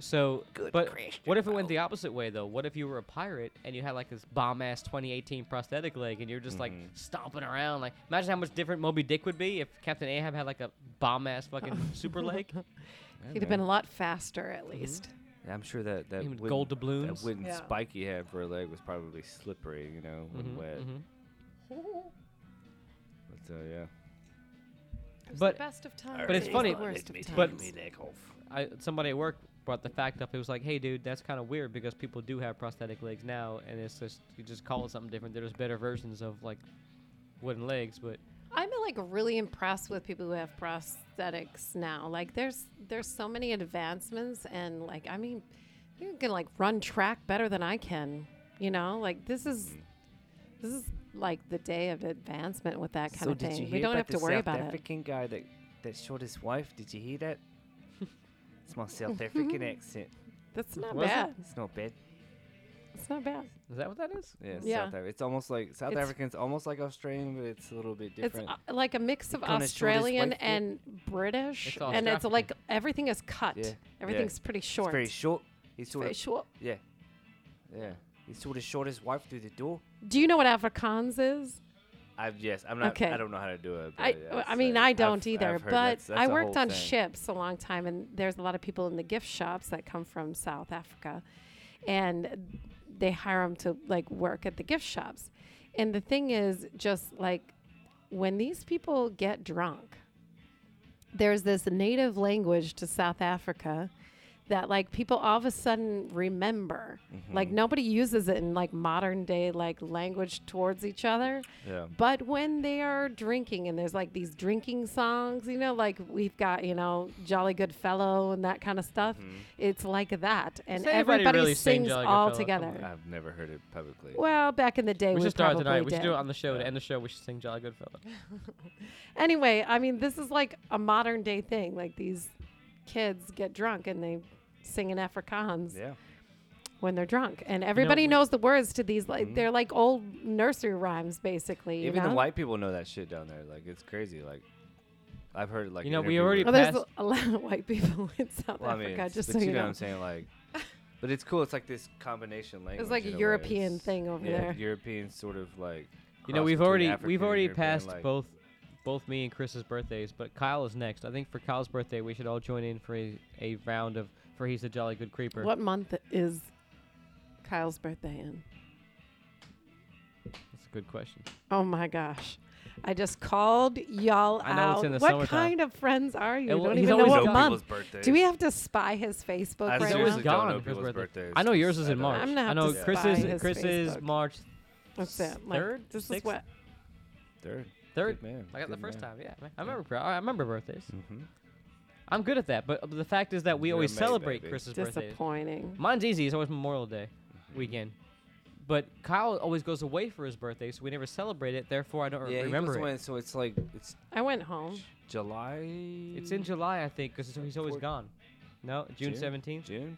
So, but what if it went the opposite way though? What if you were a pirate and you had like this bomb ass 2018 prosthetic leg and you're just like
Mhm.
stomping around? Like, imagine how much different Moby Dick would be if Captain Ahab had like a bomb ass fucking super leg.
Yeah,
He'd have
man.
Mm-hmm.
been a lot faster, at least.
I'm sure that that
Even
wooden,
gold
that
doubloons.
wooden
Yeah.
spike he had for a leg was probably slippery, you know, when
Mhm,
wet.
mhm. mm-hmm.
But uh, yeah.
was
But-
the best of times.
But it's
it was
funny-
The worst of times.
but-
leg off.
I somebody at work brought the fact up. It was like, hey, dude, that's kind of weird because people do have prosthetic legs now, and it's just you just call it something different. There's better versions of like wooden legs, but
I'm like really impressed with people who have prosthetics now. Like there's there's so many advancements and like I mean you can like run track better than I can. You know, like this is this is like the day of advancement with that kind
so
of
did you
thing.
hear
We don't
about
have to
the
worry
South
about it.
African guy that that shot his wife? Did you hear that? it's my South African accent.
That's not
Was it?
bad.
It's not bad.
It's not bad.
is that what that is?
Yeah, it's
Yeah.
South Africa. It's almost like South
It's-
African's almost like Australian, but it's a little bit different.
It's uh, like a mix of
kinda showed his
Australian
wife it.
and British,
It's all
and it's
African.
like everything is cut.
Yeah, yeah.
Everything's pretty short.
It's very short. He
It's
sort
very
of
short.
yeah, yeah. He sort of shot his wife through the door.
Do you know what Afrikaans is?
I yes, I'm not.
Okay.
I don't know how to do it. But
I,
yeah,
well, I
it's,
mean,
uh,
I
I've-
don't
I've
either.
heard
but
that's- that's
I
a
worked
whole
on
thing.
ships a long time, and there's a lot of people in the gift shops that come from South Africa, and they hire them to like work at the gift shops. And the thing is, just like when these people get drunk, there's this native language to South Africa that like people all of a sudden remember.
Hmm. Mm-hmm.
Like nobody uses it in like modern day like language towards each other.
Yeah.
But when they are drinking and there's like these drinking songs, you know, like we've got, you know, Jolly Good Fellow and that kind of stuff.
Mm-hmm.
It's like that. And
Mm-hmm. Does anybody
everybody,
really sing
sings
Jolly Good
all
Fellow? Come
together.
I've never heard it publicly.
Well, back in the day,
We
we,
should start
probably
tonight.
did.
We should do it on the show to end the show. We should sing Jolly Good Fellow.
anyway, I mean, this is like a modern day thing. Like these kids get drunk and they sing in Afrikaans
Yeah.
when they're drunk, and everybody
we- Mm-hmm.
knows the words to these. Like they're like old nursery rhymes, basically. you
Even
know?
the white people know that shit down there. Like it's crazy. Like I've heard like
You know, we
interview
already-
Oh,
with-
there's
past-
a lot of white people in South
well, I mean,
Africa.
it's-
just
but
so
you
you
know,
know,
what I'm saying like, but it's cool. It's like this combination language.
like a
in way.
European
It's-
thing over
yeah,
there.
European sort of like.
You know,
cross
we've
between
already
African
we've
and
already
European,
passed
like-
both both me and Chris's birthdays, but Kyle is next. I think for Kyle's birthday, we should all join in for a, a round of for he's a jolly good creeper.
What month is Kyle's birthday in?
That's a good question.
Oh my gosh. I just called y'all
I know
out.
it's in the
what
summertime.
kind of friends are you?
And
You
well,
don't
he's
even know
always
what
gone.
month.
birthdays.
Do we have to spy his Facebook
I
always
right now?
seriously don't
gone
know
for his
people's
birthday.
birthdays.
I know yours is
I
in
don't.
March.
I'm gonna
I
have
know
to
Chris
spy
is
his
Chris is
Facebook.
March
That's it. Like,
third,
this
sixth?
is what
Third.
third.
Good man.
I got the
good
first
man.
time. Yeah, man. I remember. bro- I remember birthdays.
Mhm.
I'm good at that, but but the fact is that we
You're
always
amazing,
celebrate
baby.
Chris's birthdays.
disappointing.
Mine's easy. It's always Memorial Day weekend. But Kyle always goes away for his birthday, so we never celebrate it. Therefore, I don't re-
Yeah, he
remember
was
it.
when- so it's like it's
I went home.
July.
It's in July, I think, because he's always
Fourth-
gone. No, June
June?
seventeenth.
June.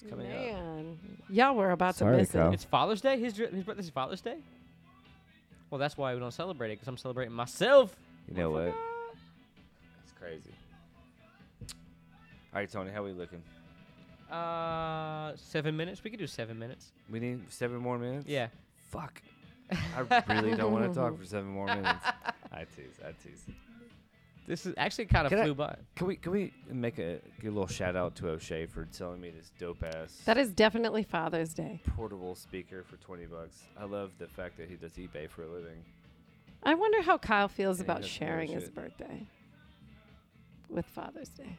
It's coming up.
Man. Y'all were about
Sorry,
to miss
Kyle.
It's Father's Day. His dr- his birthday's Father's Day. Well, that's why we don't celebrate it, because I'm celebrating myself.
You know what? It's crazy. All right, Tony, how we looking?
Uh, seven minutes. We could do seven minutes.
We need seven more minutes.
Yeah.
Fuck. I really don't want to talk for seven more minutes. I tease. I tease.
This is actually kind of
Can I-
flew by.
Can we can we make a give a little shout out to O'Shea for selling me this dope ass
it. That is definitely Father's Day.
portable speaker for twenty bucks? I love the fact that he does eBay for a living.
I wonder how Kyle feels
Yeah, he
about
doesn't give a
sharing his
shit.
birthday with Father's Day.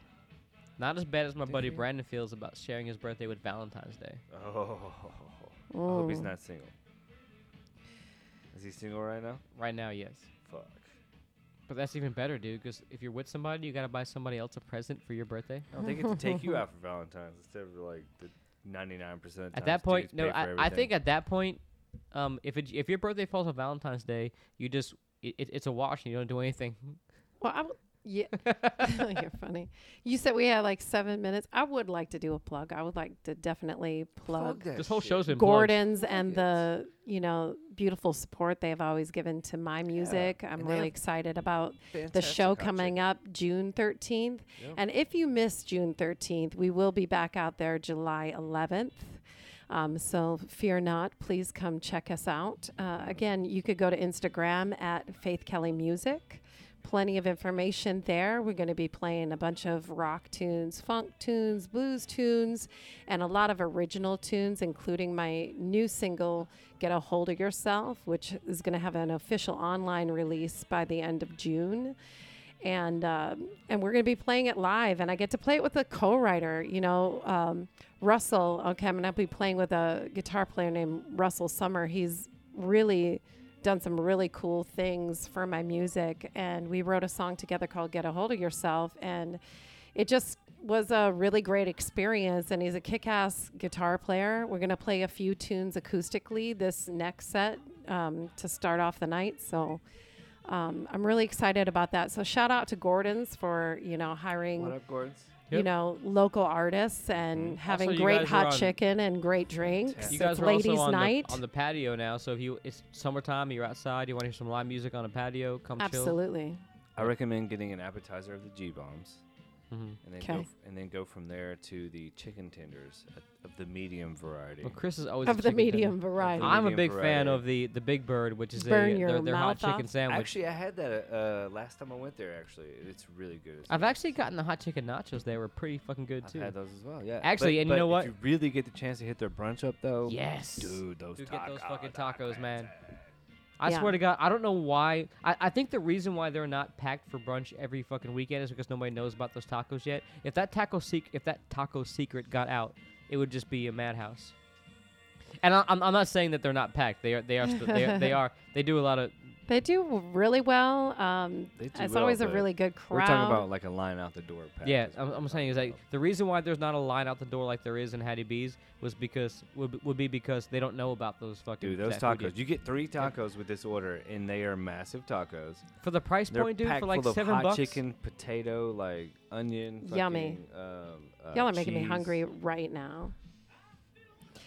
Not as bad as my
Good
buddy
for you.
Brandon feels about sharing his birthday with Valentine's Day.
Oh, I hope he's
Mm.
not single. Is he single right now?
Right now, yes.
Fuck.
But that's even better, dude, because if you're with somebody, you got to buy somebody else a present for your birthday.
No, they get to take you out for Valentine's instead of like the ninety nine percent.
At that point, no, I, I think at that point, um, if it, if your birthday falls on Valentine's Day, you just it, it, it's a wash and you don't do anything.
Well, I would, yeah, you're funny. You said we had like seven minutes. I would like to do a plug. I would like to definitely plug
this whole show's been plugged.
Gordon's and the you know beautiful support they've always given to my music. I'm
and they
really
have
excited about the show coming up June 13th.
Yeah.
And if you miss June 13th, we will be back out there July 11th. Um, so fear not, please come check us out. Uh, again, you could go to Instagram at Faith Kelly Music. plenty of information there. We're going to be playing a bunch of rock tunes, funk tunes, blues tunes, and a lot of original tunes, including my new single, Get a Hold of Yourself, which is going to have an official online release by the end of June. And um, and we're going to be playing it live, and I get to play it with a co-writer, you know, um, Russell. Okay, I'm going to be playing with a guitar player named Russell Summer. He's really done some really cool things for my music and we wrote a song together called get a hold of yourself and it just was a really great experience and he's a kick-ass guitar player we're going to play a few tunes acoustically this next set um, to start off the night so um, i'm really excited about that so shout out to gordon's for you know hiring
What up, Gordons?
Yep. Mm-hmm.
you know, local artists and
Mhm.
having
Also, you
great
guys
hot
were on-
chicken and great drinks.
You
It's
guys are
ladies'
also on
night.
the on the patio now, so if you it's summertime, you're outside, you want to hear some live music on a patio, come
Absolutely.
I recommend getting an appetizer of the G bombs,
chill. hmm
and then go
Okay.
f- and then go from there to the chicken tenders at- of the medium variety.
Well, Chris is always a
Of the
chicken tender.
medium variety.
I'm a
Medium
big fan
variety.
of the the Big Bird, which is
Burn
a
your
their, their hot
mouth off.
chicken sandwich.
Actually, I had that uh, last time I went there. Actually, it's really good. It's
I've
nice.
actually gotten the hot chicken nachos. They were pretty fucking good
I've
too.
had those as well. Yeah.
Actually,
But-
and you know
but
what?
If you really get the chance to hit their brunch up though.
Yes.
Dude, those
Dude,
tacos.
get those fucking tacos, man. I
Yeah.
swear to God, I don't know why. I, I think the reason why they're not packed for brunch every fucking weekend is because nobody knows about those tacos yet. If that taco sec- if that taco secret got out, it would just be a madhouse. And I, I'm, I'm not saying that they're not packed. They are. They are. St- they, are they are. They do a lot of.
They do really well. Um,
They do
it's
well,
always a
but
really good crowd.
We're talking about like a line out the door. Pack
Yeah,
is
I'm,
what
I'm
we're
saying is
talking
like the reason why there's not a line out the door like there is in Hattie B's was because would, be- would be because they don't know about those fucking.
Dude, those
that food
tacos.
yet.
You get three tacos with this order, and they are massive tacos.
for the price
They're
point, dude,
packed
for like
full of
seven
hot
bucks.
chicken, potato, like onion.
Yummy.
fucking, Um, uh,
Y'all are making me
cheese.
hungry right now.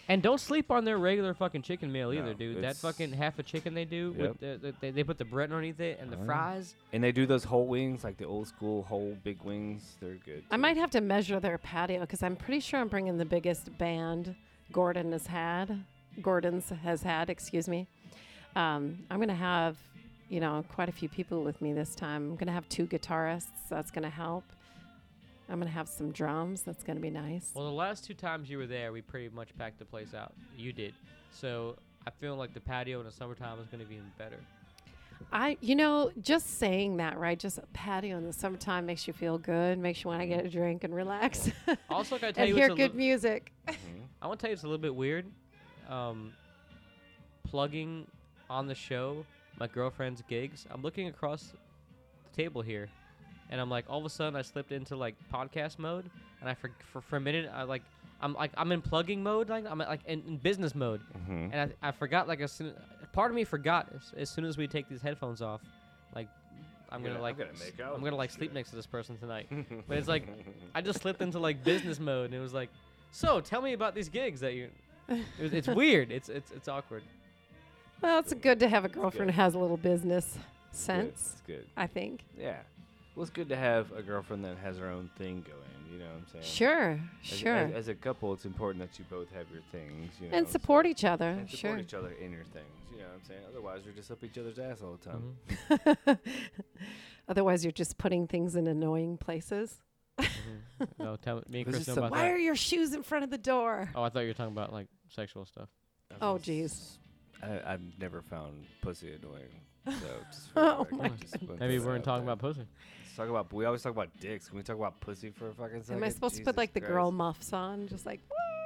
And don't sleep on their regular fucking chicken meal either,
No,
dude. That
it's-
fucking half a chicken they do with the, the, they, they put the bread underneath it and the
Oh, yeah.
fries.
And they do those whole wings, like the old school whole big wings. They're good.
I
too.
might have to measure their patio because I'm pretty sure I'm bringing the biggest band Gordon has had. Gordon's has had, excuse me. Um, I'm going to have, you know, quite a few people with me this time. I'm going to have two guitarists. That's going to help. I'm going to have some drums. That's going to be nice.
Well, the last two times you were there, we pretty much packed the place out. You did, so I feel like the patio in the summertime is going to be even better.
I, you know, just saying that, right? Just a patio in the summertime makes you feel good, makes you want to get a drink and relax
Also, gotta tell
and
you,
hear
it's a
good
little,
music.
Mhm.
I want to tell you it's a little bit weird. Um, plugging on the show my girlfriend's gigs. I'm looking across the table here, and I'm like, all of a sudden, I slipped into like podcast mode, and I for for, for a minute, I like. I'm like I'm in plugging mode, like I'm like in, in business mode,
Mhm.
and I, I forgot like as soon part of me forgot as, as soon as we take these headphones off, like I'm
Yeah,
gonna
I'm
like
gonna
s-
make out
I'm
with
gonna
this
like sleep
shit.
next to this person tonight, but it's like I just slipped into like business mode and it was like, so tell me about these gigs that you. It was, it's weird. It's it's it's awkward.
Well, it's good to have a girlfriend
good.
who has a little business
Good,
sense,
It's good.
I think.
Yeah. Well, it's good to have a girlfriend that has her own thing going. You know what I'm saying?
Sure,
As,
sure.
As, as a couple, it's important that you both have your things. You know,
and
so-
support each other,
And support
Oh, sure.
each other in your things. You know what I'm saying? Otherwise, you're just up each other's ass all the time.
Mm-hmm.
Otherwise, you're just putting things in annoying places.
Mm-hmm. No, tell me and
This
Chris
is
know
some-
about
Why
that.
are your shoes in front of the door?
Oh, I thought you were talking about like sexual stuff.
I've
Oh,
just-
jeez.
I, I've never found pussy annoying. So just for the
Oh
record,
my
just put
Maybe
that
we weren't
out
talking
there.
about pussy.
Let's talk about. We always talk about dicks. Can we talk about pussy for a fucking second?
Am I supposed to put
Jesus
like the girl
Christ.
muffs on? Just like,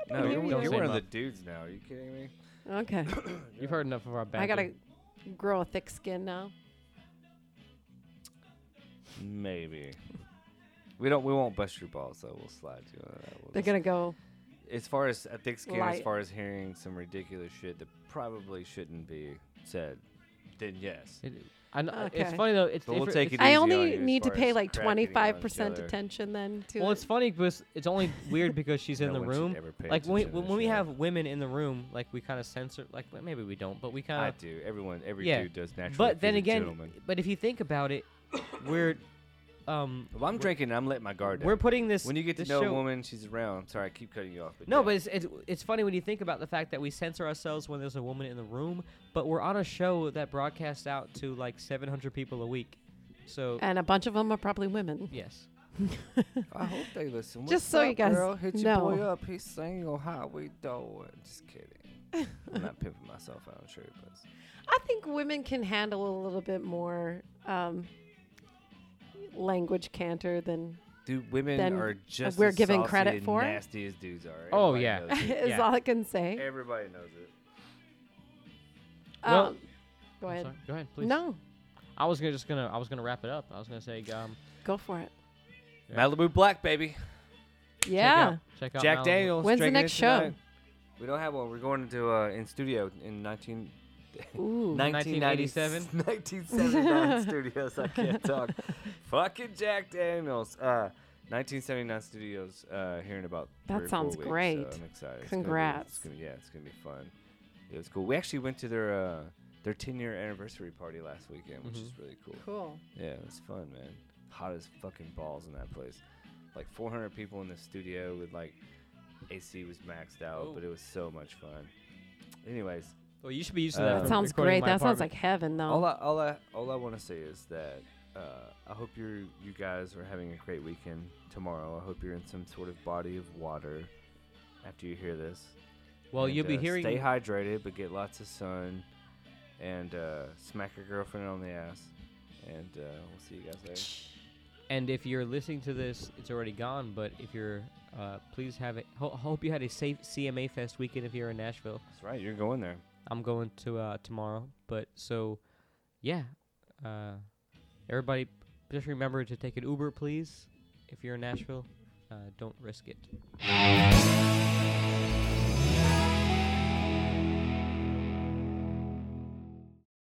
what?
No,
Don't
you're,
say
you're one of the
muff.
dudes now. Are you kidding me?
Okay.
You've heard enough of our bad.
I got to grow a thick skin now.
Maybe. We don't. We won't bust your balls, though. We'll slide you. on that. We'll
They're
just-
going to go,
As far as I think skin, as
Light.
far as hearing some ridiculous shit that probably shouldn't be said, then yes.
It, I know, It's
Okay.
funny though. It's
But we'll
different-
take
it's-
it
I
easy on
only
you as
need to
far
pay
as
like
cracking on each
25%
other.
attention then to
Well,
it.
it's funny because it's only weird because she's in
No
the
one should
room.
ever pay
Like when we,
attention to
when when we
shit.
have women in the room, like we kind of censor. Like well, maybe we don't, but we
I
kind
do. Everyone, every
uh, yeah.
dude does naturally.
of. But then
feel
again,
gentleman.
but if you think about it, we're um
If I'm drinking, I'm letting my guard down.
we're putting this
when you get to
this
know
show,
a woman, she's around. Sorry, I keep cutting you off.
No,
yeah.
but it's, it's it's funny when you think about the fact that we censor ourselves when there's a woman in the room, but we're on a show that broadcasts out to like 700 people a week. So
and a bunch of them are probably women.
yes,
I hope they listen.
Just
What's
so you
up,
guys
girl? hit your boy
know.
up. He's single. How we doing? Just kidding. I'm not pimping myself out. I'm sure he does.
I think women can handle a little bit more um, language canter than
Dude, women
Then
are just
we're
as
given
saucy
credit
and
for it?
nasty as dudes are.
Oh,
Everybody
yeah.
knows it.
is
Yeah.
all I can say.
Everybody knows it.
Well-
um, go
I'm
ahead.
sorry. Go ahead, please.
No,
I was gonna just gonna I was gonna wrap it up. I was gonna say um
go for it.
Yeah.
Malibu Black, baby.
check
Yeah.
out, check out
Jack
Malibu.
Daniels.
When's the
drinking
next
it
show?
tonight. We don't have one. We're going to uh, in studio in 19,
Ooh.
1987?
1979 studios. I can't talk. Fucking Jack Daniels. Uh, 1979 studios. Uh, here in about three
That
or four
sounds
weeks, so
great.
I'm excited. It's gonna be-
Congrats.
it's gonna- yeah, it's gonna be fun. It was cool. We actually went to their uh, their 10 year anniversary party last weekend, which
Mhm.
Mm-hmm.
is really cool.
Cool.
Yeah, it was fun, man. Hot as fucking balls in that place. Like 400 people in the studio with like AC was maxed out,
Oh.
but it was so much fun. Anyways,
Well, you should be using
Uh,
that.
That
for
sounds
recording in
great.
my
That sounds
apartment.
like heaven, though.
all I all I all I want to say is that uh, I hope you you guys are having a great weekend tomorrow. I hope you're in some sort of body of water after you hear this.
Well,
And,
you'll be
uh,
hearing.
Stay hydrated, but get lots of sun, and uh, smack your girlfriend on the ass. And uh, we'll see you guys later.
And if you're listening to this, it's already gone. But if you're, uh, please have it. Ho- hope you had a safe CMA Fest weekend if you're in Nashville.
That's right. You're going there.
I'm going to uh, tomorrow. But so, yeah. Uh, everybody, just remember to take an Uber, please. If you're in Nashville, uh, don't risk it.